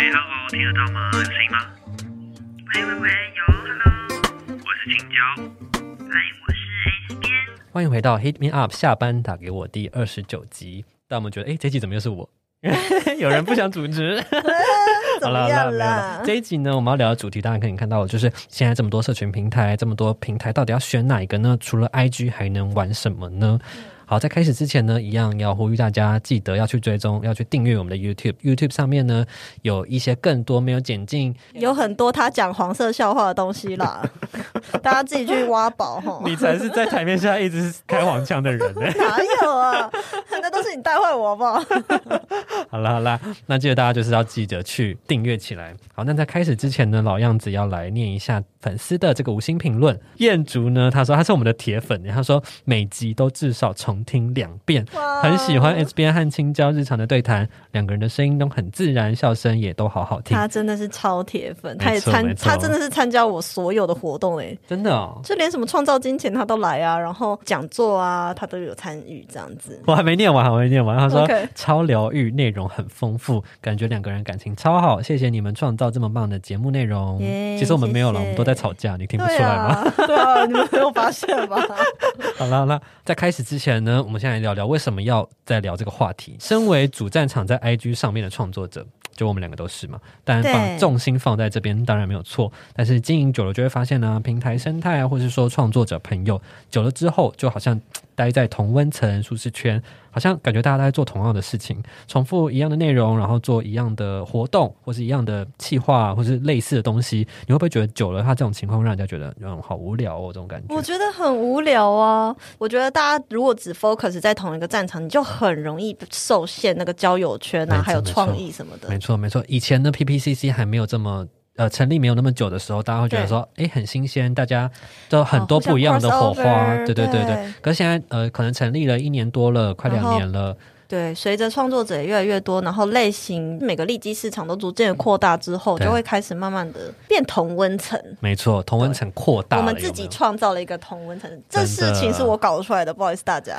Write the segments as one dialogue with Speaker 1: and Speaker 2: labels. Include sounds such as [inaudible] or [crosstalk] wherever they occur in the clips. Speaker 1: 得到吗？有声音吗？
Speaker 2: 喂喂喂，有，Hello，
Speaker 1: 我是青椒，
Speaker 2: 嗨，我是 A 这边。
Speaker 3: 欢迎回到《Hit Me Up》，下班打给我第二十九集。但我们觉得，哎，这集怎么又是我？ [laughs] 有人不想组织。
Speaker 4: [laughs] 怎
Speaker 3: 好
Speaker 4: 么
Speaker 3: 了，
Speaker 4: 样
Speaker 3: 好了，没有了。这一集呢，我们要聊的主题，大家可以看到的，就是现在这么多社群平台，这么多平台，到底要选哪一个呢？除了 IG，还能玩什么呢？
Speaker 4: 嗯
Speaker 3: 好，在开始之前呢，一样要呼吁大家，记得要去追踪，要去订阅我们的 YouTube。YouTube 上面呢，有一些更多没有剪进，
Speaker 4: 有很多他讲黄色笑话的东西啦， [laughs] 大家自己去挖宝哈。
Speaker 3: 你才是在台面下一直开黄腔的人呢、
Speaker 4: 哪有啊？那都是你带坏我好不好？
Speaker 3: 好啦好啦，那记得大家就是要记得去订阅起来。好，那在开始之前呢，老样子要来念一下粉丝的这个五星评论。燕竹呢，他说他是我们的铁粉，他说每集都至少重听两遍，
Speaker 4: 哇
Speaker 3: 很喜欢 S B N 和青椒日常的对谈，两个人的声音都很自然，笑声也都好好听
Speaker 4: 他，真的是超铁粉，
Speaker 3: 没错
Speaker 4: 他也参
Speaker 3: 没，错
Speaker 4: 他真的是参加我所有的活动哎、
Speaker 3: 真的哦。
Speaker 4: 就连什么创造金钱他都来啊，然后讲座啊他都有参与这样子。
Speaker 3: 我还没念完，还没念完。他说
Speaker 4: OK
Speaker 3: 超疗愈，内容很丰富，感觉两个人感情超好。谢谢你们创造这么棒的节目内容。
Speaker 4: 耶
Speaker 3: 其实我们没有了，
Speaker 4: 谢谢
Speaker 3: 我们都在吵架，你听不出
Speaker 4: 对
Speaker 3: 来吗？
Speaker 4: 啊，对啊，你们没有发现吧？
Speaker 3: [laughs] 好啦好啦，在开始之前呢，我们先来聊聊为什么要再聊这个话题。身为主战场在 IG 上面的创作者，就我们两个都是嘛，但
Speaker 4: 对
Speaker 3: 把重心放在这边当然没有错。但是经营久了就会发现呢、平台生态啊，或是说创作者朋友，久了之后就好像嘖待在同温层舒适圈，好像感觉大家都在做同样的事情，重复一样的内容，然后做一样的活动，或是一样的企划，或是类似的东西，你会不会觉得久了，他这种情况让人家觉得嗯好无聊哦，这种感觉
Speaker 4: [laughs] 我？觉得很无聊啊！我觉得大家如果只 focus 在同一个战场，你就很容易受限那个交友圈
Speaker 3: 没
Speaker 4: 啊，
Speaker 3: 错
Speaker 4: 还有创意什么的
Speaker 3: 没。错，没错。以前的 PPCC 还没有这么呃成立没有那么久的时候，大家会觉得说，哎，很新鲜，大家都很多不一样的火花。
Speaker 4: 哦互相啊 crossover，
Speaker 3: 对对对对
Speaker 4: 对。
Speaker 3: 可是现在呃，可能成立了一年多了，快
Speaker 4: 然
Speaker 3: 两
Speaker 4: 后
Speaker 3: 年了，
Speaker 4: 对，随着创作者越来越多，然后类型每个利基市场都逐渐扩大之后，
Speaker 3: 嗯对
Speaker 4: 就会开始慢慢的变同温层。
Speaker 3: 没错，同温层扩大
Speaker 4: 我
Speaker 3: 了。
Speaker 4: 们自己
Speaker 3: 有没有
Speaker 4: 创造了一个同温层，
Speaker 3: 真
Speaker 4: 这
Speaker 3: 的
Speaker 4: 事情是我搞出来的，不好意思大
Speaker 3: [laughs]
Speaker 4: 家。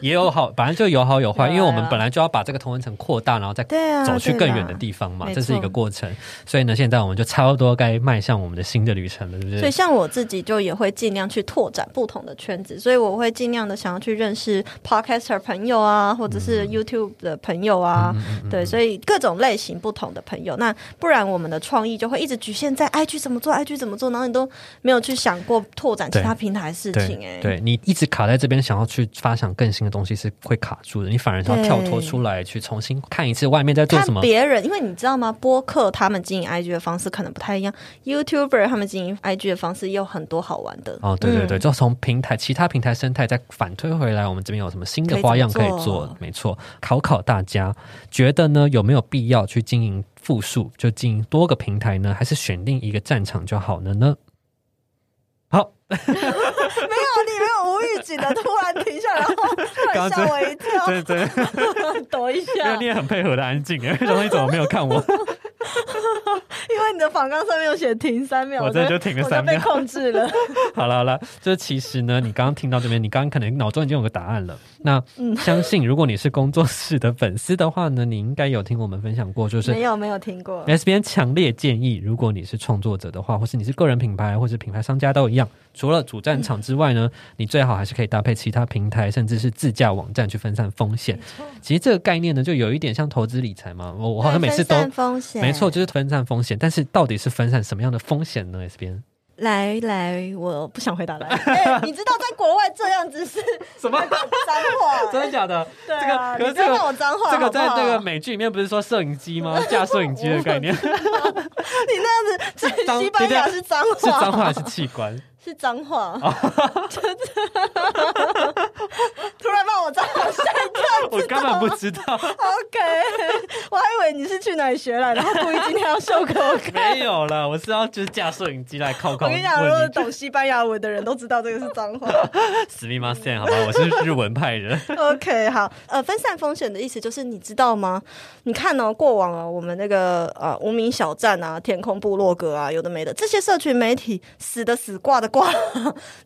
Speaker 3: 也有好，反正就有好有坏，
Speaker 4: 对啊
Speaker 3: 因为我们本来就要把这个同温层扩大，然后再
Speaker 4: 对啊，
Speaker 3: 走去更远的
Speaker 4: 对啦
Speaker 3: 地方嘛，
Speaker 4: 没
Speaker 3: 这是一个
Speaker 4: 错
Speaker 3: 过程。所以呢，现在我们就差不多该迈向我们的新的旅程了，对不
Speaker 4: 所
Speaker 3: 对
Speaker 4: 以，？像我自己就也会尽量去拓展不同的圈子，所以我会尽量的想要去认识 podcaster 朋友啊，或者
Speaker 3: 嗯
Speaker 4: 是 YouTube 的朋友啊，对，所以各种类型不同的朋友。那不然我们的创意就会一直局限在 IG 怎么做，IG 怎么做，然后你都没有去想过拓展其他平台的事
Speaker 3: 对
Speaker 4: 情、哎，
Speaker 3: 对你一直卡在这边，想要去发想更新的东西是会卡住的，你反而是要
Speaker 4: 对
Speaker 3: 跳脱出来，去重新看一次外面在做
Speaker 4: 看
Speaker 3: 什么。
Speaker 4: 别人，因为你知道吗？播客他们经营 IG 的方式可能不太一样，YouTuber 他们经营 IG 的方式也有很多好玩的。
Speaker 3: 哦，对对对，
Speaker 4: 嗯
Speaker 3: 就从平台其他平台生态再反推回来，我们这边有什么新的
Speaker 4: 可以
Speaker 3: 花样
Speaker 4: 怎
Speaker 3: 可
Speaker 4: 么
Speaker 3: 以
Speaker 4: 做
Speaker 3: 做？没错，考考大家，觉得呢有没有必要去经营复数，就经营多个平台呢，还是选定一个战场就好了呢？好，
Speaker 4: 没有，你没有无预警的突然停下来，然后突
Speaker 3: 刚
Speaker 4: 然
Speaker 3: 刚
Speaker 4: 吓我一跳。
Speaker 3: 对，
Speaker 4: [laughs] 躲一
Speaker 3: 因为
Speaker 4: 下，
Speaker 3: 你也很配合的安静，哎，然后你怎么没有看我？
Speaker 4: 因为你的访纲上面有写停三秒，
Speaker 3: 我这
Speaker 4: 就
Speaker 3: 就停了
Speaker 4: 我
Speaker 3: 三秒
Speaker 4: 就被控
Speaker 3: [laughs]
Speaker 4: 制了。 [laughs]
Speaker 3: 好了好了，就是其实呢，你刚刚听到这边，你刚刚可能脑中已经有个答案了。那
Speaker 4: [laughs] 嗯
Speaker 3: 相信如果你是工作室的粉丝的话呢，你应该有听我们分享过，就是
Speaker 4: 没有没有听过，
Speaker 3: S B N 强烈建议，如果你是创作者的话，或是你是个人品牌，或是品牌商家都一样，除了主战场之外呢，
Speaker 4: 嗯
Speaker 3: 你最好还是可以搭配其他平台，甚至是自驾网站去分散风险。其实这个概念呢，就有一点像投资理财嘛，我我好像每次都
Speaker 4: 分散风险，
Speaker 3: 没错，。就是分散风险，但是到底是分散什么样的风险呢？S B N
Speaker 4: 来来，我不想回 [laughs] 答来。哎你知道在国外这样子是
Speaker 3: 什么？
Speaker 4: 脏
Speaker 3: [laughs]
Speaker 4: 话，欸
Speaker 3: 真的假的？
Speaker 4: 对啊，
Speaker 3: 这个可是
Speaker 4: 你不
Speaker 3: 这
Speaker 4: 要
Speaker 3: 个
Speaker 4: 让我脏话，
Speaker 3: 这个在
Speaker 4: 好不
Speaker 3: 那
Speaker 4: 好
Speaker 3: 个美剧里面不是说摄影机吗？ [laughs] 架摄影机的概念是
Speaker 4: 你那样子在
Speaker 3: 脏
Speaker 4: 西班牙
Speaker 3: 对
Speaker 4: 是脏话，
Speaker 3: 脏哦话还是器官？
Speaker 4: 是脏话，就是 [laughs] 突然把我脏话
Speaker 3: [laughs]
Speaker 4: 吓一跳。
Speaker 3: 我根本不知道， [laughs]
Speaker 4: OK，我还以为你是去哪里学来的，然后故意今天要秀给我看。
Speaker 3: 没有啦，我是要就是架摄影机来考考
Speaker 4: 我跟你讲，如果
Speaker 3: 问
Speaker 4: 懂西班牙文的人都知道这个是脏话。
Speaker 3: 史密马森，好吧，我是日文派 [laughs] 人。
Speaker 4: OK，好，呃，分散风险的意思就是你知道吗？你看哦，过往哦，我们那个呃无名小站啊、天空部落格啊，有的没的，这些社群媒体死的死，挂的挂，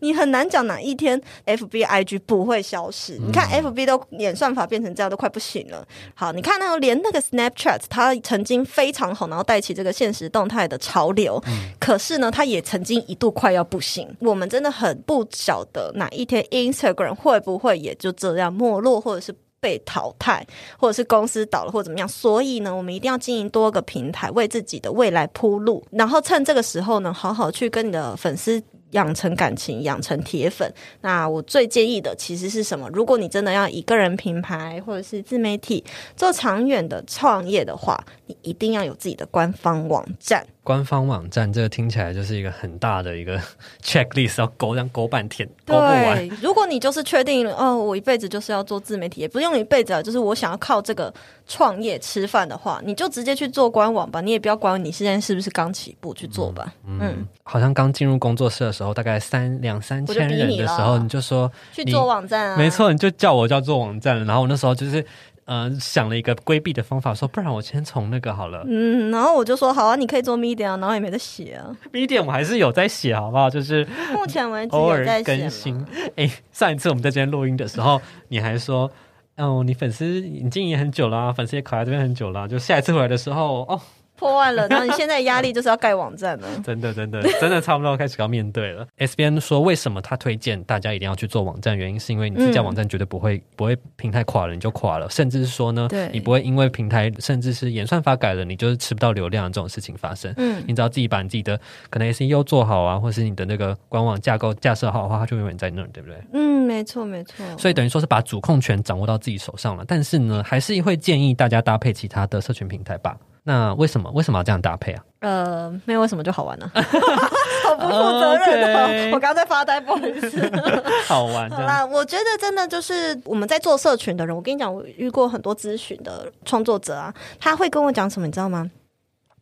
Speaker 4: 你很难讲哪一天 FB、IG 不会消失。你看 FB 都演算法变成这样，都快不行了。好，你看那个连那个 Snapchat 它曾经非常红，然后带起这个现实动态的潮流。可是呢，它也曾经一度快要不行。我们真的很不晓得哪一天 Instagram 会不会也就这样没落，或者是。被淘汰，或者是公司倒了，或者怎么样，所以呢，我们一定要经营多个平台，为自己的未来铺路。然后趁这个时候呢，好好去跟你的粉丝养成感情，养成铁粉。那我最建议的其实是什么？如果你真的要以个人品牌或者是自媒体做长远的创业的话，你一定要有自己的官方网站。
Speaker 3: 官方网站，这个听起来就是一个很大的一个 [laughs] checklist，要勾，这样勾半天，勾不完。
Speaker 4: 对，如果你就是确定哦，我一辈子就是要做自媒体，也不用一辈子啊，就是我想要靠这个创业吃饭的话，你就直接去做官网吧，你也不要管你现在是不是刚起步去做吧，嗯，
Speaker 3: 好像刚进入工作室的时候，大概三两三千人的时
Speaker 4: 我就比你
Speaker 3: 候，
Speaker 4: 了
Speaker 3: 你嗯就说
Speaker 4: 去
Speaker 3: 你
Speaker 4: 做网站啊，
Speaker 3: 没。错，你就叫我叫做网站了。然后我那时候就是，呃，想了一个规避的方法，说不然我先从那个好了。
Speaker 4: 嗯，然后我就说好啊，你可以做 media，啊然后也没得写啊。
Speaker 3: Medium 我还是有在写，好不好？就是
Speaker 4: [laughs] 目前为止
Speaker 3: 偶
Speaker 4: 有
Speaker 3: 尔
Speaker 4: 在写
Speaker 3: 更
Speaker 4: 嘛
Speaker 3: 新。哎、上一次我们在这边录音的时候，你还说。哦，你粉丝你经营很久啦、粉丝也卡在这边很久啦、就下一次回来的时候，哦，
Speaker 4: 破万了，然后你现在压力就是要盖网
Speaker 3: [laughs]
Speaker 4: 站了。
Speaker 3: 真的，真的，真的差不多开始要面对了。S B N 说，为什么他推荐大家一定要去做网站？原因是因为你自家
Speaker 4: 嗯
Speaker 3: 网站绝对不会、不会平台垮了你就垮了，甚至是说呢
Speaker 4: 对，
Speaker 3: 你不会因为平台甚至是演算法改了，你就是吃不到流量这种事情发生。
Speaker 4: 嗯，
Speaker 3: 你只要自己把你自己的可能 SEO 做好啊，或是你的那个官网架构架设好的话，它就永远在那儿，对不对？
Speaker 4: 嗯，没错没错。
Speaker 3: 所以等于说是把主控权掌握到自己手上了。但是呢，还是会建议大家搭配其他的社群平台吧。那为什么为什么要这样搭配啊？
Speaker 4: 呃，没有为什么就好玩
Speaker 3: [laughs]
Speaker 4: 呢、好不负责任哦
Speaker 3: OK
Speaker 4: 我刚刚在发呆，不好意思。
Speaker 3: [laughs] [laughs] 好玩，
Speaker 4: 好
Speaker 3: 真的。
Speaker 4: 啦，我觉得真的就是我们在做社群的人，我跟你讲，我遇过很多咨询的创作者啊，他会跟我讲什么，你知道吗？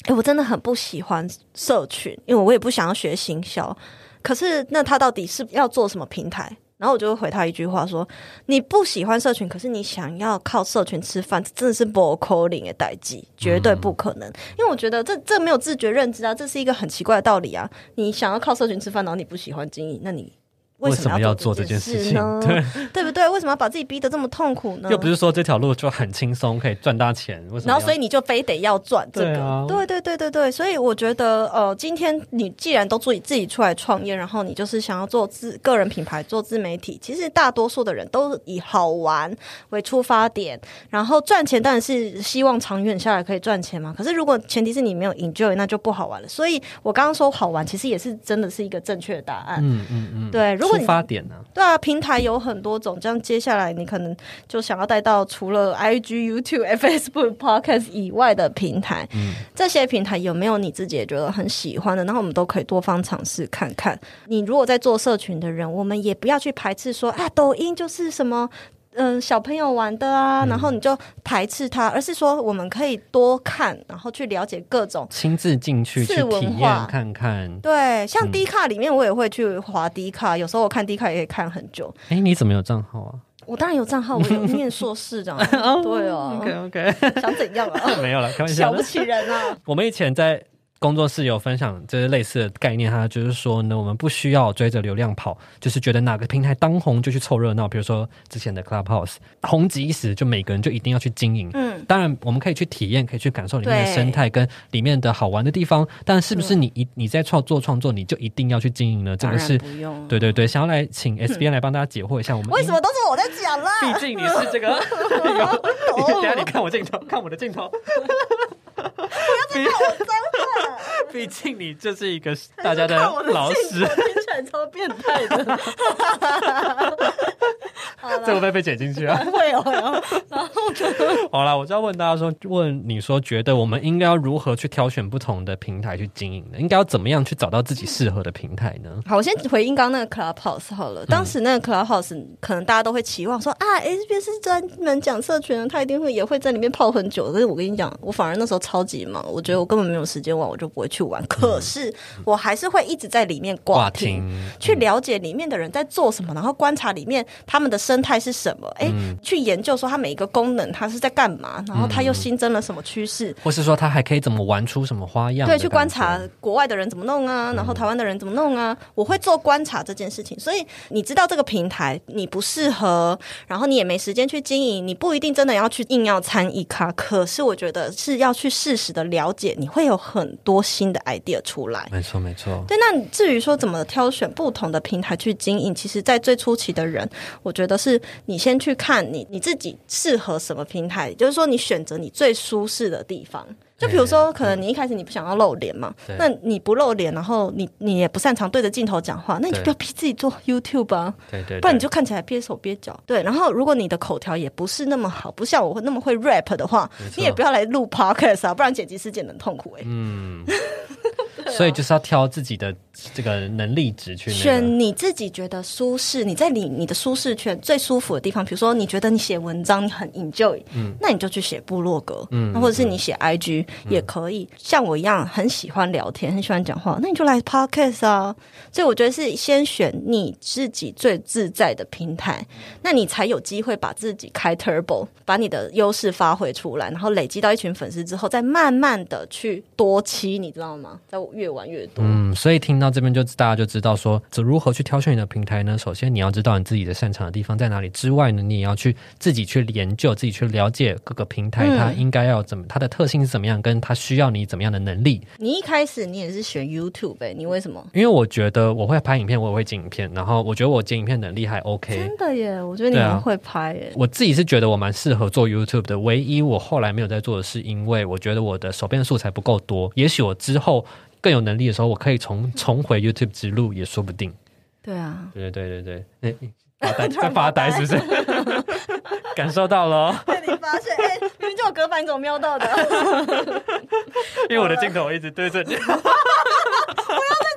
Speaker 4: 诶，我真的很不喜欢社群，因为我也不想要学行销。可是，那他到底是要做什么平台？然后我就会回他一句话说：“你不喜欢社群，可是你想要靠社群吃饭，这真的是不可能的代际，绝对不可能。因为我觉得这这没有自觉认知啊，这是一个很奇怪的道理啊。你想要靠社群吃饭，然后你不喜欢经营，那你为什
Speaker 3: 为什么
Speaker 4: 要
Speaker 3: 要做这件
Speaker 4: 事
Speaker 3: 事情 [laughs]
Speaker 4: 呢？ [laughs] 对不对？为什么要把自己逼得这么痛苦呢？
Speaker 3: 又不是说这条路就很轻松可以赚大钱，为什么要？
Speaker 4: 然后所以你就非得要赚这
Speaker 3: 对
Speaker 4: 个，
Speaker 3: 啊
Speaker 4: 对对对对对，所以我觉得呃，今天你既然都自己自己出来创业，然后你就是想要做自个人品牌、做自媒体，其实大多数的人都以好玩为出发点，然后赚钱当然是希望长远下来可以赚钱嘛。可是如果前提是你没有 enjoy，那就不好玩了。所以我刚刚说好玩，其实也是真的是一个正确的答案。
Speaker 3: 嗯嗯嗯，
Speaker 4: 对，如果
Speaker 3: 出
Speaker 4: 你
Speaker 3: 发点呢、
Speaker 4: 对啊，平台有很多种，这样接下来你可能就想要带到除了 IG、YouTube、Facebook、Podcast 以外的平台，这些平台有没有你自己也觉得很喜欢的？然后我们都可以多方尝试看看。你如果在做社群的人，我们也不要去排斥说啊，抖音就是什么。嗯，小朋友玩的啊，然后你就排斥它，而是说我们可以多看，然后去了解各种
Speaker 3: 亲自进去去
Speaker 4: 次文
Speaker 3: 体
Speaker 4: 化
Speaker 3: 验看看。
Speaker 4: 对，像
Speaker 3: 嗯
Speaker 4: D 卡里面我也会去滑 D 卡，有时候我看 D 卡也可以看很久。
Speaker 3: 哎，你怎么有账号啊
Speaker 4: 我当然有 [laughs] 账号，我有念硕士这样。
Speaker 3: ？OK
Speaker 4: 对 [laughs] 哦，
Speaker 3: OK，
Speaker 4: [laughs] 想怎样啊？
Speaker 3: 没有了，开玩笑
Speaker 4: 想不
Speaker 3: 的。
Speaker 4: 起人啊！
Speaker 3: 我们以前在工作室有分享就是类似的概念，它就是说呢，我们不需要追着流量跑，就是觉得哪个平台当红就去凑热闹。比如说之前的 Clubhouse 红极一时，就每个人就一定要去经营。
Speaker 4: 嗯，
Speaker 3: 当然，我们可以去体验，可以去感受里面的
Speaker 4: 对
Speaker 3: 生态跟里面的好玩的地方。但是不是你一你在创作创作，你就一定要去经营呢？这
Speaker 4: 嗯当
Speaker 3: 个
Speaker 4: 然
Speaker 3: 是
Speaker 4: 不用。
Speaker 3: 对对对，想要来请
Speaker 4: [laughs]
Speaker 3: S B N 来帮大家解惑一下，我们
Speaker 4: 为什么？都是我在讲啦？ [laughs]
Speaker 3: 毕竟你是这个，你等一下你看我镜头，看我的镜头。不要看我毕竟你就是一个大家的
Speaker 4: 看我的
Speaker 3: 老
Speaker 4: 镜
Speaker 3: 师
Speaker 4: 头，啊听起来超变态的。好
Speaker 3: 这个
Speaker 4: 了，
Speaker 3: 被被剪进去
Speaker 4: [laughs]
Speaker 3: 啊。
Speaker 4: 会哦会哦。
Speaker 3: 好啦，我就要问大家说，问你说觉得我们应该要如何去挑选不同的平台去经营呢？应该要怎么样去找到自己适合的平台呢？
Speaker 4: 好，我先回应刚刚那个 Clubhouse 好了。当时那个 Clubhouse 可能大家都会期望说啊，S B 是专门讲社群的，他一定会也会在里面泡很久。但是我跟你讲，我反而那时候超级忙，我觉得我根本没有时间玩，我就不会去玩。可是我还是会一直在里面挂听。
Speaker 3: 停
Speaker 4: 去了解里面的人在做什么，然后观察里面他们的生态是什么？哎、去研究说它每一个功能它是在干嘛，然后它又新增了什么趋势。
Speaker 3: 或是说他还可以怎么玩出什么花样？
Speaker 4: 对，去观察。国外的人怎么弄啊，然后台湾的人怎么弄啊，我会做观察这件事情。所以你知道这个平台你不适合，然后你也没时间去经营，你不一定真的要去硬要参一咖。可是我觉得是要去适时的了解，你会有很多新的 idea 出来。
Speaker 3: 没错，没错。
Speaker 4: 对，那至于说怎么挑选不同的平台去经营，其实，在最初期的人，我觉得是你先去看你你自己适合什么平台，就是说你选择你最舒适的地方。就比如说，可能你一开始你不想要露脸嘛
Speaker 3: 嗯对，
Speaker 4: 那你不露脸，然后你你也不擅长对着镜头讲话，那你就
Speaker 3: 对
Speaker 4: 不要逼自己做 YouTube 啊，
Speaker 3: 对对，
Speaker 4: 不然你
Speaker 3: 对
Speaker 4: 就看起来憋手憋脚。对，然后如果你的口条也不是那么好，不像我那么会 rap 的话
Speaker 3: 没，错
Speaker 4: 你也不要来录 podcast 啊，不然剪辑师剪得很痛苦哎、
Speaker 3: 嗯，所以就是要挑自己的这个能力值去那个。
Speaker 4: 选你自己觉得舒适，你在你你的舒适圈最舒服的地方，比如说你觉得你写文章你很 enjoy，、那你就去写部落格，
Speaker 3: 嗯
Speaker 4: 那或者是你写 IG 也可以。像我一样很喜欢聊天，很喜欢讲话，那你就来 podcast 啊。所以我觉得是先选你自己最自在的平台，那你才有机会把自己开 turbo，把你的优势发挥出来，然后累积到一群粉丝之后，再慢慢的去多期，你知道吗？再越玩越多。
Speaker 3: 嗯，所以听到这边就大家就知道说，这如何去挑选你的平台呢？首先你要知道你自己的擅长的地方在哪里之外呢，你也要去自己去研究、自己去了解各个平台
Speaker 4: 嗯
Speaker 3: 它应该要怎么，它的特性是怎么样，跟它需要你怎么样的能力。
Speaker 4: 你一开始你也是选 YouTube 呗、你为什么？
Speaker 3: 因为我觉得我会拍影片，我也会剪影片，然后我觉得我剪影片能力还 OK。
Speaker 4: 真的耶，我觉得你
Speaker 3: 对啊
Speaker 4: 们会拍耶。
Speaker 3: 我自己是觉得我蛮适合做 YouTube 的，唯一我后来没有在做的是，因为我觉得我的手边的素材不够多，也许我之后更有能力的时候，我可以重重回 YouTube 之路也说不定。
Speaker 4: 对啊，
Speaker 3: 对对对对对，那、
Speaker 4: [laughs]
Speaker 3: 发呆在发呆是不是？感受到了哦、
Speaker 4: 被你发现，哎、明明就有隔板，你怎么瞄到的？ [laughs]
Speaker 3: 因为我的镜头一直对着你。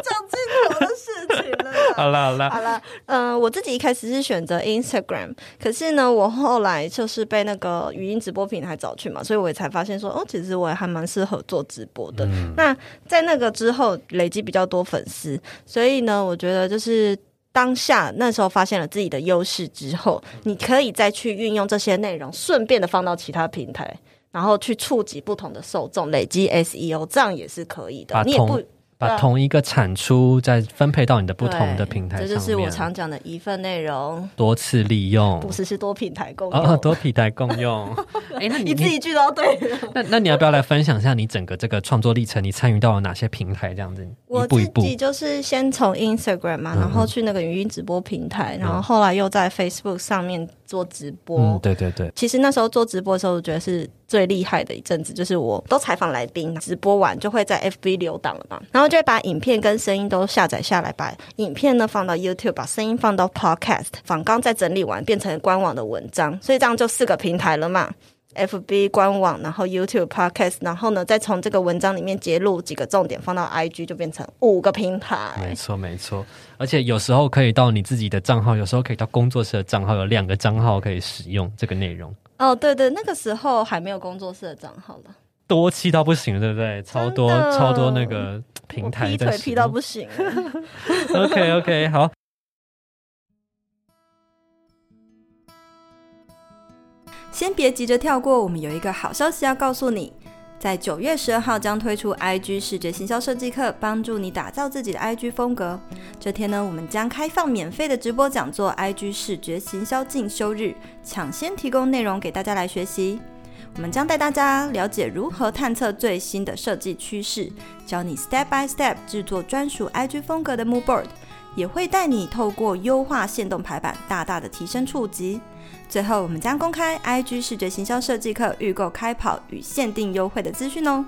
Speaker 4: 讲镜头的事情了啦。
Speaker 3: 好啦好啦，
Speaker 4: 好了， [laughs] 嗯、我自己一开始是选择 Instagram，可是呢，我后来就是被那个语音直播平台找去嘛，所以我也才发现说，哦，其实我也还蛮适合做直播的。
Speaker 3: 嗯
Speaker 4: 那在那个之后累积比较多粉丝，所以呢，我觉得就是。当下那时候发现了自己的优势之后，你可以再去运用这些内容，顺便的放到其他平台，然后去触及不同的受众，累积 SEO，这样也是可以的
Speaker 3: 把。
Speaker 4: 你也
Speaker 3: 同
Speaker 4: 不
Speaker 3: 把同一个产出再分配到你的不同的
Speaker 4: 对
Speaker 3: 平台上
Speaker 4: 这
Speaker 3: 面，
Speaker 4: 就是我常讲的一份内容，
Speaker 3: 多次利用，
Speaker 4: 不是是多平台共
Speaker 3: 哦
Speaker 4: 用，
Speaker 3: 哦，多平台共
Speaker 4: [laughs]
Speaker 3: 用。哎、那你
Speaker 4: 一字一句都要对。
Speaker 3: 那那你要不要来分享一下你整个这个创作历程？你参与到了哪些平台？这样子，
Speaker 4: 我
Speaker 3: 一步一
Speaker 4: 自
Speaker 3: 步。嗯
Speaker 4: 己就是先从 Instagram 嘛，然后去那个语音直播平台，然后后来又在 Facebook 上面做直播。
Speaker 3: 嗯，对对对，
Speaker 4: 其实那时候做直播的时候，我觉得是最厉害的一阵子，就是我都采访来宾，直播完就会在 FB 留档了嘛，然后就会把影片跟声音都下载下来，把影片呢放到 YouTube，把声音放到 Podcast，仿纲再整理完变成官网的文章，所以这样就四个平台了嘛。FB 官网，然后 YouTube Podcast，然后呢，再从这个文章里面截录几个重点，放到 IG，就变成五个平
Speaker 3: 没
Speaker 4: 台。
Speaker 3: 错没错。而且有时候可以到你自己的账号，有时候可以到工作室的账号，有两个账号可以使用这个内容，
Speaker 4: 哦，对对，那个时候还没有工作室的账号了。
Speaker 3: 多气到不行，对不对？超多
Speaker 4: 真的
Speaker 3: 超多那个平
Speaker 4: 我
Speaker 3: 台
Speaker 4: 劈
Speaker 3: 在
Speaker 4: 腿
Speaker 3: 使
Speaker 4: 劈
Speaker 3: 用
Speaker 4: 到不行了，
Speaker 3: OK OK，好。
Speaker 4: 先别急着跳过，我们有一个好消息要告诉你。在九月十二号将推出 IG 视觉行销设计课，帮助你打造自己的 IG 风格。这天呢，我们将开放免费的直播讲座 IG 视觉行销进修日，抢先提供内容给大家来学习。我们将带大家了解如何探测最新的设计趋势，教你 step by step 制作专属 IG 风格的 mood board，也会带你透过优化限动排版，大大的提升触及。最后，我们将公开 IG 视觉行销设计课预购开跑与限定优惠的资讯哦。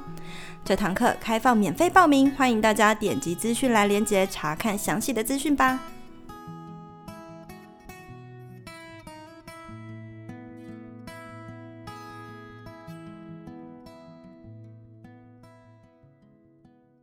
Speaker 4: 这堂课开放免费报名，欢迎大家点击资讯来连接查看详细的资讯吧。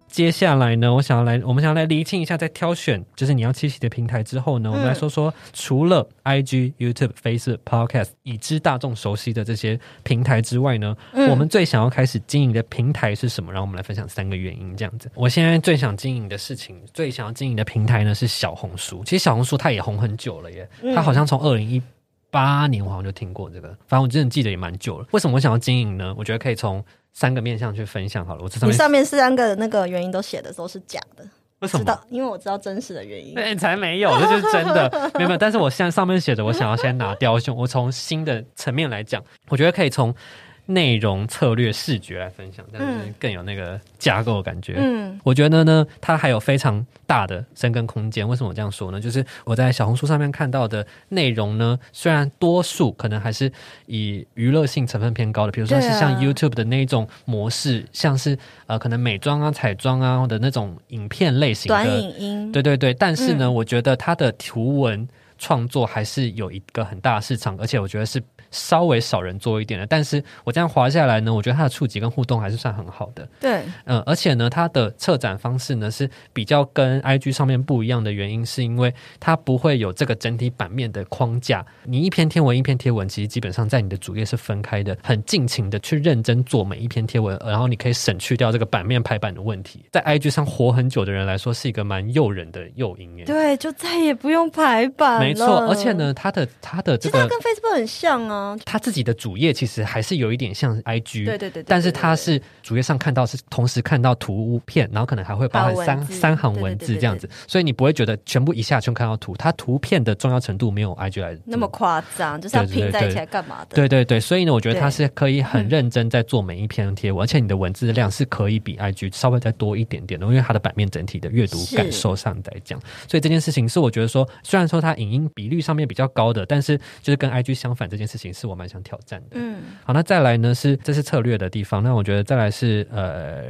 Speaker 3: 接下来呢，我想要来，我们想要来厘清一下，在挑选就是你要栖息的平台之后
Speaker 4: 嗯
Speaker 3: 呢，我们来说说，除了 IG、YouTube、Facebook、Podcast 已知大众熟悉的这些平台之外呢，
Speaker 4: 嗯
Speaker 3: 我们最想要开始经营的平台是什么？然后我们来分享三个原因，这样子。我现在最想经营的事情，最
Speaker 4: 嗯
Speaker 3: 想要经营的平台呢是小红书。其实小红书它也红很久了耶，它好像从二零一八年，我好像就听过这个，反正我真的记得也蛮久了。为什么我想要经营呢？我觉得可以从三个面向去分享好了。我这上
Speaker 4: 你
Speaker 3: 面
Speaker 4: 上面三个那个原因都写的都是假的，
Speaker 3: 为什
Speaker 4: 知
Speaker 3: 么？
Speaker 4: 道？因为我知道真实的原因。
Speaker 3: 哎、才没有，这就是真的，没有。没有但是我现在上面写的，我想要先拿掉胸。我从新的层面来讲，我觉得可以从内容、策略、视觉来分享，但是
Speaker 4: 嗯
Speaker 3: 更有那个架构的感觉。
Speaker 4: 嗯
Speaker 3: 我觉得呢，它还有非常大的深耕空间。为什么我这样说呢？就是我在小红书上面看到的内容呢，虽然多数可能还是以娱乐性成分偏高的，比如说
Speaker 4: 对
Speaker 3: 是
Speaker 4: 啊
Speaker 3: 像 YouTube 的那一种模式，像是呃可能美妆啊、彩妆啊或者那种影片类型
Speaker 4: 短
Speaker 3: 的，
Speaker 4: 影音，
Speaker 3: 对对对。但是呢，我觉得它的图文创作还是有一个很大的市场，而且我觉得是。稍微少人做一点的，但是我这样滑下来呢，我觉得它的触及跟互动还是算很好的。
Speaker 4: 对，
Speaker 3: 嗯，而且呢，它的策展方式呢是比较跟 IG 上面不一样的原因，是因为它不会有这个整体版面的框架。你一篇贴文一篇贴文，其实基本上在你的主页是分开的，很尽情的去认真做每一篇贴文，然后你可以省去掉这个版面排版的问题。在 IG 上活很久的人来说，是一个蛮诱人的诱因耶。
Speaker 4: 对，就再也不用排版了。
Speaker 3: 没错，而且，呢，它的它的
Speaker 4: 其
Speaker 3: 这
Speaker 4: 实
Speaker 3: 个
Speaker 4: 它跟 Facebook 很像啊。
Speaker 3: 它自己的主页其实还是有一点像 IG，
Speaker 4: 对对对对，
Speaker 3: 但是
Speaker 4: 对
Speaker 3: 它是主页上看到是同时看到图片，然后可能还会包含
Speaker 4: 还有
Speaker 3: 三
Speaker 4: 文字
Speaker 3: 三行
Speaker 4: 对对
Speaker 3: 文
Speaker 4: 对
Speaker 3: 字
Speaker 4: 对
Speaker 3: 这样子，所以你不会觉得全部一下全看到图，它图片的重要程度没有 IG 来得
Speaker 4: 那么夸张，就是要
Speaker 3: 对对对
Speaker 4: 拼在一起
Speaker 3: 对
Speaker 4: 来干嘛的？
Speaker 3: 对对对，所以呢，我觉得它
Speaker 4: 对
Speaker 3: 是可以很
Speaker 4: 嗯
Speaker 3: 认真在做每一篇贴文，而且你的文字量是可以比 IG 稍微再多一点点的，因为它的版面整体的阅读
Speaker 4: 是
Speaker 3: 感受上来讲，所以这件事情是我觉得说，虽然说它影音比率上面比较高的，但是就是跟 IG 相反，这件事情是我蛮想挑战的。
Speaker 4: 嗯，
Speaker 3: 好，那再来呢是这是策略的地方，那我觉得再来是呃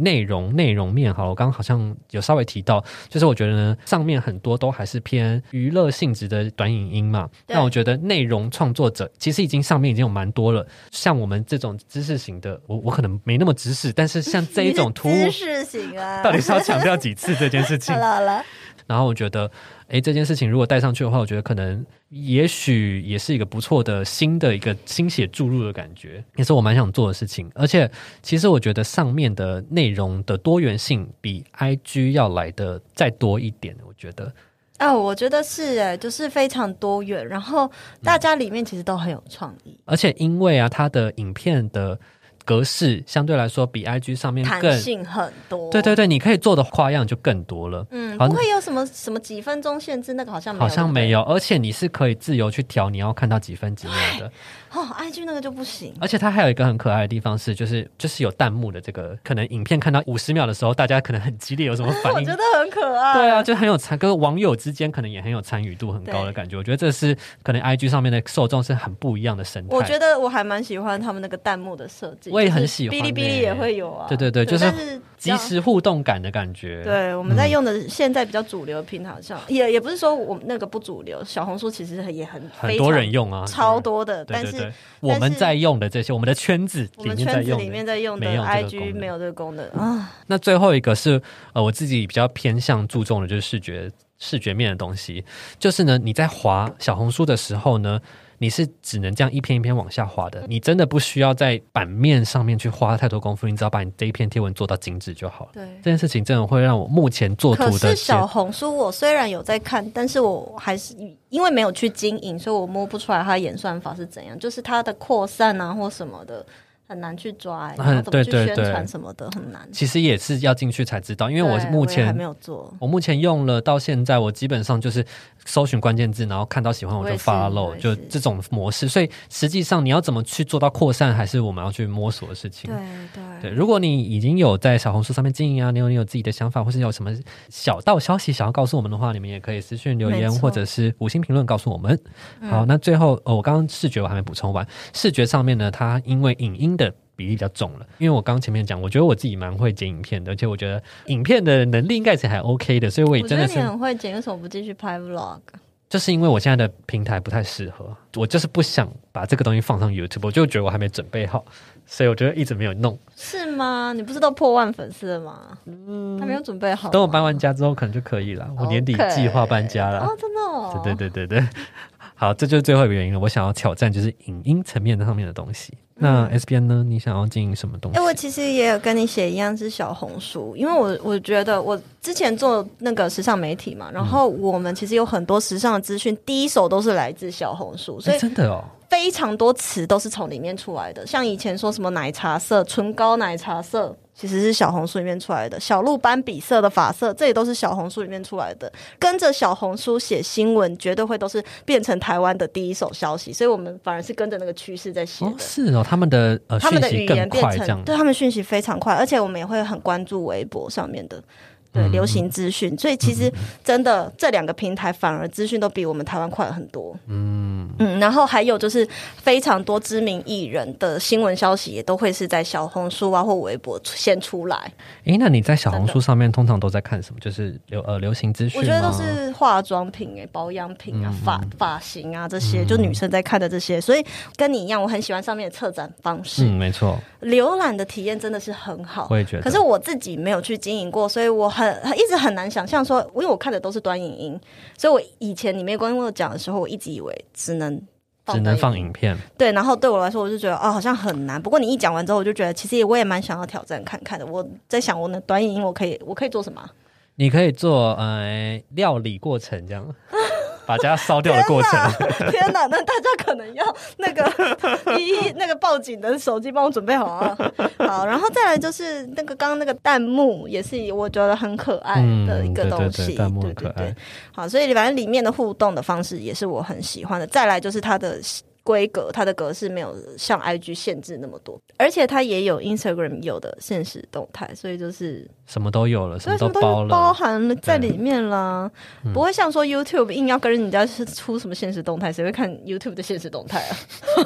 Speaker 3: 内容内容面好了，我刚刚好像有稍微提到，就是我觉得呢上面很多都还是偏娱乐性质的短影音嘛，
Speaker 4: 对
Speaker 3: 那我觉得内容创作者其实已经上面已经有蛮多了，像我们这种知识型的，我我可能没那么知识，但是像这一种图。
Speaker 4: 姿势型啊，
Speaker 3: 到底是要强调几次这件事情
Speaker 4: 好？了好了，
Speaker 3: 然后我觉得，诶，这件事情如果带上去的话，我觉得可能也许也是一个不错的新的一个心血注入的感觉，也是我蛮想做的事情。而且，其实我觉得上面的内容的多元性比 IG 要来的再多一点，我觉得。
Speaker 4: 啊，我觉得是哎，就是非常多元，然后大家里面其实都很有创意，
Speaker 3: 而且因为啊，它的影片的格式相对来说比 IG 上面
Speaker 4: 弹
Speaker 3: 嗯更，
Speaker 4: 性很多。
Speaker 3: 对对。对，你可以做的花样就更多了。
Speaker 4: 嗯，
Speaker 3: 好
Speaker 4: 不会有什么什么几分钟限制，那个好像没有
Speaker 3: 好像没
Speaker 4: 有
Speaker 3: 有，而且你是可以自由去调你要看到几分几秒的。
Speaker 4: 哦，IG 那个就不行，
Speaker 3: 而且它还有一个很可爱的地方是，就是就是有弹幕的这个，可能影片看到五十秒的时候，大家可能很激烈，有什么反
Speaker 4: [laughs] 我
Speaker 3: 应
Speaker 4: 觉？得很可爱。
Speaker 3: 对啊，就很有参，跟网友之间可能也很有参与度很高的
Speaker 4: 对
Speaker 3: 感觉。我觉得这是可能 IG 上面的受众是很不一样的生态。
Speaker 4: 我觉得我还蛮喜欢他们那个弹幕的设计，
Speaker 3: 我也很
Speaker 4: 就是
Speaker 3: 喜欢
Speaker 4: 哔哩哔
Speaker 3: 欸
Speaker 4: 哩也会有啊，
Speaker 3: 对对对就是
Speaker 4: 但是比
Speaker 3: 即嗯
Speaker 4: 较
Speaker 3: 时互动感的感觉。
Speaker 4: 对，我们在用的现在比较主流的平台好像、也也不是说我们那个不主流，小红书其实也很
Speaker 3: 很多人、用啊，
Speaker 4: 非常超。多的，
Speaker 3: 对
Speaker 4: 但
Speaker 3: 对
Speaker 4: 是
Speaker 3: 对，我们
Speaker 4: 但是
Speaker 3: 在用的这些，我们的圈子
Speaker 4: 我
Speaker 3: 里
Speaker 4: 们
Speaker 3: 面在
Speaker 4: 圈子
Speaker 3: 用
Speaker 4: 里面
Speaker 3: 的。
Speaker 4: 在用
Speaker 3: 没
Speaker 4: 的
Speaker 3: 有这个功
Speaker 4: IG
Speaker 3: 能嗯
Speaker 4: 没有这个功能啊，
Speaker 3: 那最后一个是呃，我自己比较偏向注重的就是视觉视觉面的东西，就是呢，你在滑小红书的时候呢，你是只能这样一篇一篇往下滑的，你真的不需要在版面上面去花太多功夫，你只要把你这一篇贴文做到精致就好了。
Speaker 4: 对。
Speaker 3: 这件事情真的会让我目前做
Speaker 4: 可
Speaker 3: 图的
Speaker 4: 是
Speaker 3: 阶
Speaker 4: 小红书我虽然有在看，但是我还是因为没有去经营，所以我摸不出来它演算法是怎样，就是它的扩散啊或什么的很难去抓、欸，然后怎么去
Speaker 3: 嗯对对
Speaker 4: 宣
Speaker 3: 对
Speaker 4: 传什么的很难。
Speaker 3: 其实也是要进去才知道，因为我
Speaker 4: 对
Speaker 3: 目
Speaker 4: 也还
Speaker 3: 前
Speaker 4: 没有做，
Speaker 3: 我目前用了到现在，我基本上就是搜寻关键字，然后看到喜欢我
Speaker 4: 我
Speaker 3: 就
Speaker 4: 也是
Speaker 3: follow，
Speaker 4: 我也
Speaker 3: 就是这种模式。所以实际上你要怎么去做到扩散，还是我们要去摸索的事情
Speaker 4: 对。对
Speaker 3: 对，如果你已经有在小红书上面经营啊，你有你有自己的想法，或是有什么小道消息想要告诉我们的话，你们也可以私讯留言
Speaker 4: 没错嗯
Speaker 3: 或者是五星评论告诉我们。好，那最后呃，我刚刚视觉我还没补充完，视觉上面呢，它因为影音的。比例比较重了，因为我刚前面讲，我觉得我自己蛮会剪影片的，而且我觉得影片的能力应该是还 OK 的，所以我也
Speaker 4: 我觉
Speaker 3: 真
Speaker 4: 得
Speaker 3: 的
Speaker 4: 你
Speaker 3: 是，
Speaker 4: 很会剪，为什么不继续拍 vlog？
Speaker 3: 就是因为我现在的平台不太适合，我就是不想把这个东西放上 YouTube，我就觉得我还没准备好，所以我觉得一直没有弄。
Speaker 4: 是吗？你不是都破万粉丝了吗？嗯，还没有准备好吗。
Speaker 3: 等我搬完家之后，可能就可以了。我年底
Speaker 4: OK
Speaker 3: 计划搬家了。
Speaker 4: 哦，真的、哦。
Speaker 3: 对对对对对， [laughs] 好，这就是最后一个原因了。我想要挑战就是影音层面上面的东西。那 S B N 呢？你想要经营什么东
Speaker 4: 嗯哎、
Speaker 3: 西？
Speaker 4: 我其实也有跟你写一样是小红书，因为我我觉得我之前做那个时尚媒体嘛，然后我们其实有很多时尚的资讯，第一手都是来自小红书，所
Speaker 3: 哎
Speaker 4: 以
Speaker 3: 真的哦，
Speaker 4: 非常多词都是从里面出来的。像以前说什么奶茶色、唇膏奶茶色，其实是小红书里面出来的；小鹿斑比色的发色，这也都是小红书里面出来的。跟着小红书写新闻，绝对会都是变成台湾的第一手消息，所以我们反而是跟着那个趋势在写的。
Speaker 3: 哦是哦，他们的呃
Speaker 4: 他
Speaker 3: 讯
Speaker 4: 们的
Speaker 3: 息
Speaker 4: 语
Speaker 3: 更
Speaker 4: 言变
Speaker 3: 快，这
Speaker 4: 成
Speaker 3: 样
Speaker 4: 对他们讯息非常快，而且我们也会很关注微博上面的对、
Speaker 3: 嗯
Speaker 4: 流行资讯，所以其实真的这两个平台反而资讯都比我们台湾快很多。嗯嗯，然后还有就是非常多知名艺人的新闻消息也都会是在小红书啊或微博先出来，
Speaker 3: 诶，那你在小红
Speaker 4: 真
Speaker 3: 书上面通常都在看什么？就是流呃流行资讯
Speaker 4: 我
Speaker 3: 吗？嗯
Speaker 4: 觉得都是化妆品哎、保养品啊、发发型啊这些，就女生在看的这些，所以跟你一样，我很喜欢上面的策展方式。
Speaker 3: 嗯，没错，
Speaker 4: 浏览的体验真的是很好
Speaker 3: 我，也觉得。
Speaker 4: 可是我自己没有去经营过，所以我很很一直很难想象说，因为我看的都是短影音，所以我以前你没跟我讲的时候，我一直以为只能
Speaker 3: 只能
Speaker 4: 短
Speaker 3: 放影片，
Speaker 4: 对，然后对我来说，我就觉得哦，好像很难。不过你一讲完之后，我就觉得其实我也蛮想要挑战看看的。我在想，我能短影音，我可以 [laughs] 我可以做什么啊？
Speaker 3: 你可以做呃料理过程这
Speaker 4: [laughs]
Speaker 3: 样，把家烧掉的过
Speaker 4: 啊
Speaker 3: 程。
Speaker 4: 天哪，那大家可能要那个 [laughs] 一一那个报警的手机帮我准备好啊。好，然后再来就是那个刚刚那个弹幕也是我觉得很可爱的一个
Speaker 3: 嗯对
Speaker 4: 东
Speaker 3: 对
Speaker 4: 西，
Speaker 3: 对，弹幕很可
Speaker 4: 对对
Speaker 3: 爱
Speaker 4: 对。好，所以反正里面的互动的方式也是我很喜欢的。再来就是它的规格，它的格式没有像 IG 限制那么多，而且它也有 Instagram 有的现实动态，所以就是
Speaker 3: 什么都有了，什
Speaker 4: 所以
Speaker 3: 么
Speaker 4: 什
Speaker 3: 都
Speaker 4: 么东
Speaker 3: 包
Speaker 4: 西
Speaker 3: 了，嗯
Speaker 4: 包含了在里面啦，不会像说 YouTube 硬要跟人家是出什么现实动态，谁会看 YouTube 的现实动态啊？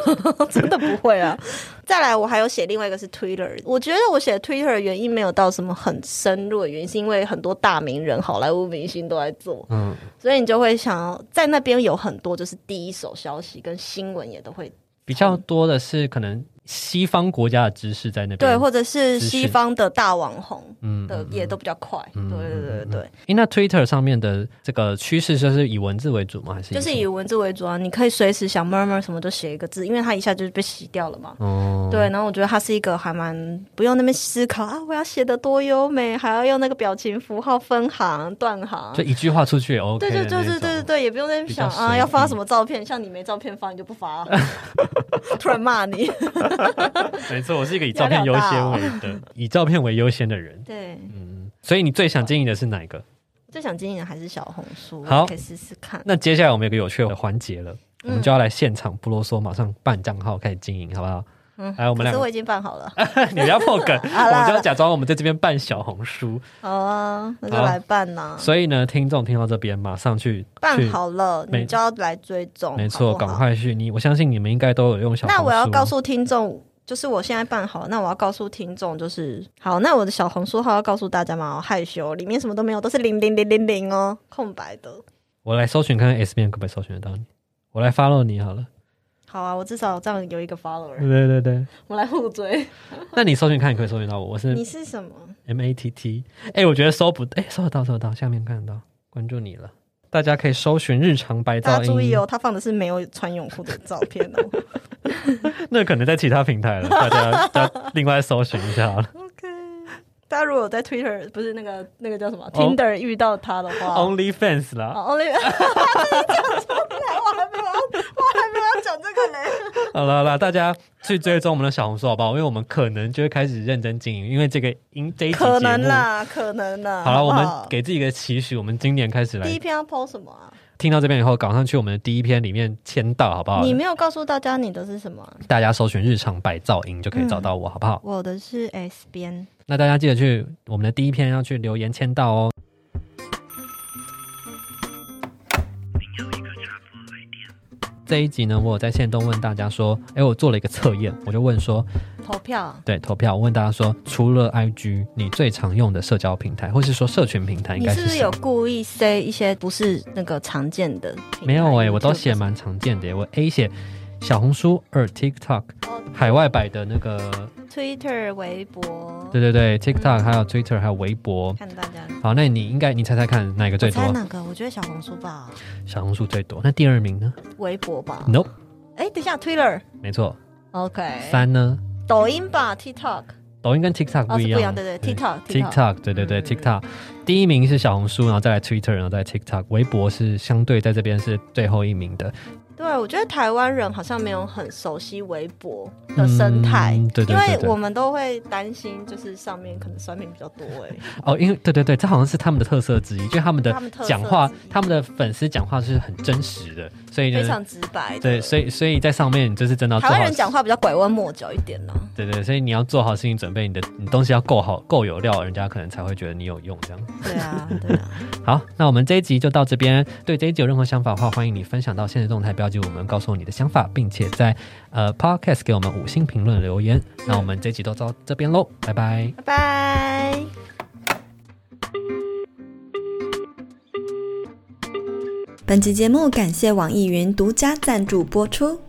Speaker 4: [laughs] 真的不会啊！再来，我还有写另外一个是 Twitter，我觉得我写 Twitter 的原因没有到什么很深入的原因，是因为很多大名人、好莱坞明星都在做，
Speaker 3: 嗯，
Speaker 4: 所以你就会想要在那边有很多就是第一手消息跟新闻也都会
Speaker 3: 比较多的是可能西方国家的知识在那边。
Speaker 4: 对，或者是
Speaker 3: 资讯
Speaker 4: 西方的大网红
Speaker 3: 嗯
Speaker 4: 的也都比较快，对对对对
Speaker 3: 诶那 Twitter 上面的这个趋势就是以文字为主吗？还是
Speaker 4: 对，就是
Speaker 3: 什么
Speaker 4: 以文字为主啊，你可以随时想 murmur 什么就写一个字，因为它一下就是被洗掉了嘛。
Speaker 3: 哦，
Speaker 4: 对，然后我觉得它是一个还蛮不用那边思考啊，我要写的多优美，还要用那个表情符号分行断行
Speaker 3: 就，一句话出去也 OK
Speaker 4: 对
Speaker 3: 的
Speaker 4: 哦对
Speaker 3: 那种。
Speaker 4: 对对对对对，也不用在那边想
Speaker 3: 比较随
Speaker 4: 啊，
Speaker 3: 意
Speaker 4: 要发什么照片，像你没照片发你就不发
Speaker 3: [laughs]
Speaker 4: 啊、突然骂你，
Speaker 3: 没错，我是一个以照片优先为的，以照片为优先的
Speaker 4: [laughs]
Speaker 3: 人。嗯
Speaker 4: 对。
Speaker 3: 所以你最想经营的是哪一
Speaker 4: 嗯
Speaker 3: 个？
Speaker 4: 最想经营的还是小红书，
Speaker 3: 好
Speaker 4: 我可以试试看。
Speaker 3: 那接下来我们有个有趣的环节了，我
Speaker 4: 嗯
Speaker 3: 们就要来现场不啰嗦，马上办账号开始经营，好不好？
Speaker 4: 嗯
Speaker 3: 来，我们
Speaker 4: 可
Speaker 3: 两
Speaker 4: 是
Speaker 3: 个啊
Speaker 4: 我已经办好了，
Speaker 3: [laughs] 你不要破梗，
Speaker 4: [laughs] 好
Speaker 3: 我
Speaker 4: 啦
Speaker 3: 们就要假装我们在这边办小红书。
Speaker 4: 好啊，那就
Speaker 3: 好
Speaker 4: 来办呐、
Speaker 3: 所以呢，听众听到这边，马上去
Speaker 4: 办
Speaker 3: 去，
Speaker 4: 好了，
Speaker 3: 没
Speaker 4: 你就要来追踪，
Speaker 3: 没错，
Speaker 4: 好不
Speaker 3: 赶
Speaker 4: 好。
Speaker 3: 快去。你我相信你们应该都有用小红书。
Speaker 4: 那我要告，诉听众，就是我现在办好了，那我要告诉听众，就是好，那我的小红书号要告诉大家嘛，好害羞，里面什么都没有，都是零零零零零哦，空白的。
Speaker 3: 我来搜寻看看 S 面可不可以搜寻得到你。我来 follow 你好了。
Speaker 4: 好啊，我至少这样有
Speaker 3: 嗯
Speaker 4: 一个 follower，
Speaker 3: 对对对，
Speaker 4: 我来互追。
Speaker 3: [laughs] 那你搜寻看，你可以搜寻到我，我是
Speaker 4: 你是什么？
Speaker 3: M A T T。哎，我觉得搜不，哎，搜得到，搜得到，下面看得到，关注你了。大家可以搜寻日常白
Speaker 4: 大
Speaker 3: 噪
Speaker 4: 家注意
Speaker 3: 音，
Speaker 4: 哦，他放的是没有穿泳裤的照片哦。
Speaker 3: 那可能在其他平台了，大家大家另外搜寻一下好了。
Speaker 4: [laughs] OK，大家如果有在 Twitter 不是那个那个叫什么、
Speaker 3: 哦
Speaker 4: Tinder 遇到他的话
Speaker 3: Only Fans 啦，
Speaker 4: 哦 Only，哈 [laughs] 哈哈哈哈自己讲出来，我还没有要，我还没有要讲这个嘞。
Speaker 3: [laughs] 好了好了，大家去追踪我们的小红书好不好？因为我们可能就会开始认真经营，因为这个音这一集节目
Speaker 4: 可能。啦，可能啦。
Speaker 3: 好了，
Speaker 4: 好不
Speaker 3: 我
Speaker 4: 好
Speaker 3: 们给自己一个期许，我们今年开始
Speaker 4: 第一
Speaker 3: 来。
Speaker 4: 篇要 PO 什么啊？
Speaker 3: 听到这边以后，赶上去我们的第一篇里面签到，好不好？
Speaker 4: 你没有告诉大家你的是什么啊？
Speaker 3: 大家搜寻“日常白噪音”就可以找到我，好不好？
Speaker 4: 我的是 S 边，
Speaker 3: 那大家记得去我们的第一篇要去留言签到哦。这一集呢，我有在线动问大家说，哎，我做了一个测验，我就问说，
Speaker 4: 投票啊。
Speaker 3: 对，投票。我问大家说，除了 IG，你最常用的社交平台，或是说社群平台，应
Speaker 4: 你
Speaker 3: 该
Speaker 4: 是不
Speaker 3: 什
Speaker 4: 是
Speaker 3: 么
Speaker 4: 有故意塞一些不是那个常见的平台？
Speaker 3: 没有哎、我都写
Speaker 4: YouTube
Speaker 3: 蛮常见的耶、我 A 写小红书，二 TikTok，
Speaker 4: 哦
Speaker 3: 海外版的那个，
Speaker 4: Twitter、微博，
Speaker 3: 对对对，TikTok，还有 Twitter，还有微博。
Speaker 4: 看大家。
Speaker 3: 好，那你应该你猜猜看哪个最
Speaker 4: 我猜
Speaker 3: 多？
Speaker 4: 哪个？我觉得小红书吧，
Speaker 3: 小红书最多。那第二名呢
Speaker 4: 微博吧。
Speaker 3: ？Nope，
Speaker 4: 哎，等一下，Twitter。
Speaker 3: 没错。
Speaker 4: OK。
Speaker 3: 三呢？
Speaker 4: 抖音吧，TikTok。
Speaker 3: 抖音跟 TikTok
Speaker 4: 哦，
Speaker 3: 不
Speaker 4: 是
Speaker 3: 一样，
Speaker 4: 不一样，对对，TikTok，TikTok。
Speaker 3: TikTok，对对对
Speaker 4: 嗯
Speaker 3: ，TikTok，第一名是小红书，然后再来 Twitter，然后再来 TikTok，微博是相对在这边是最后一名的。
Speaker 4: 对，我觉得台湾人好像没有很熟悉微博的生态
Speaker 3: 嗯，对对
Speaker 4: 因
Speaker 3: 对
Speaker 4: 为
Speaker 3: 对
Speaker 4: 我们都会担心，就是上面可能酸民比较多哎。
Speaker 3: 哦，因为对对对，这好像是他们的特色之一，就他们的
Speaker 4: 他们特色
Speaker 3: 讲话
Speaker 4: 之一，
Speaker 3: 他们的粉丝讲话是很真实的，所以
Speaker 4: 非
Speaker 3: 呢，
Speaker 4: 常直白的。
Speaker 3: 对，所以所以在上面你就是真的要
Speaker 4: 台
Speaker 3: 做
Speaker 4: 湾
Speaker 3: 好
Speaker 4: 人，讲话比较拐弯抹角一点呢、
Speaker 3: 对对，所以你要做好心理准备，你的你东西要够好，够有料，人家可能才会觉得你有用这样。
Speaker 4: 对啊，对啊，
Speaker 3: 好，那我们这一集就到这边。对这一集有任何想法的话，欢迎你分享到现实动态标记我们，告诉我你的想法，并且在呃 Podcast 给我们五星评论留言。那我们这一集就到这边喽，拜拜。
Speaker 4: 拜拜。
Speaker 5: 本集节目感谢网易云独家赞助播出。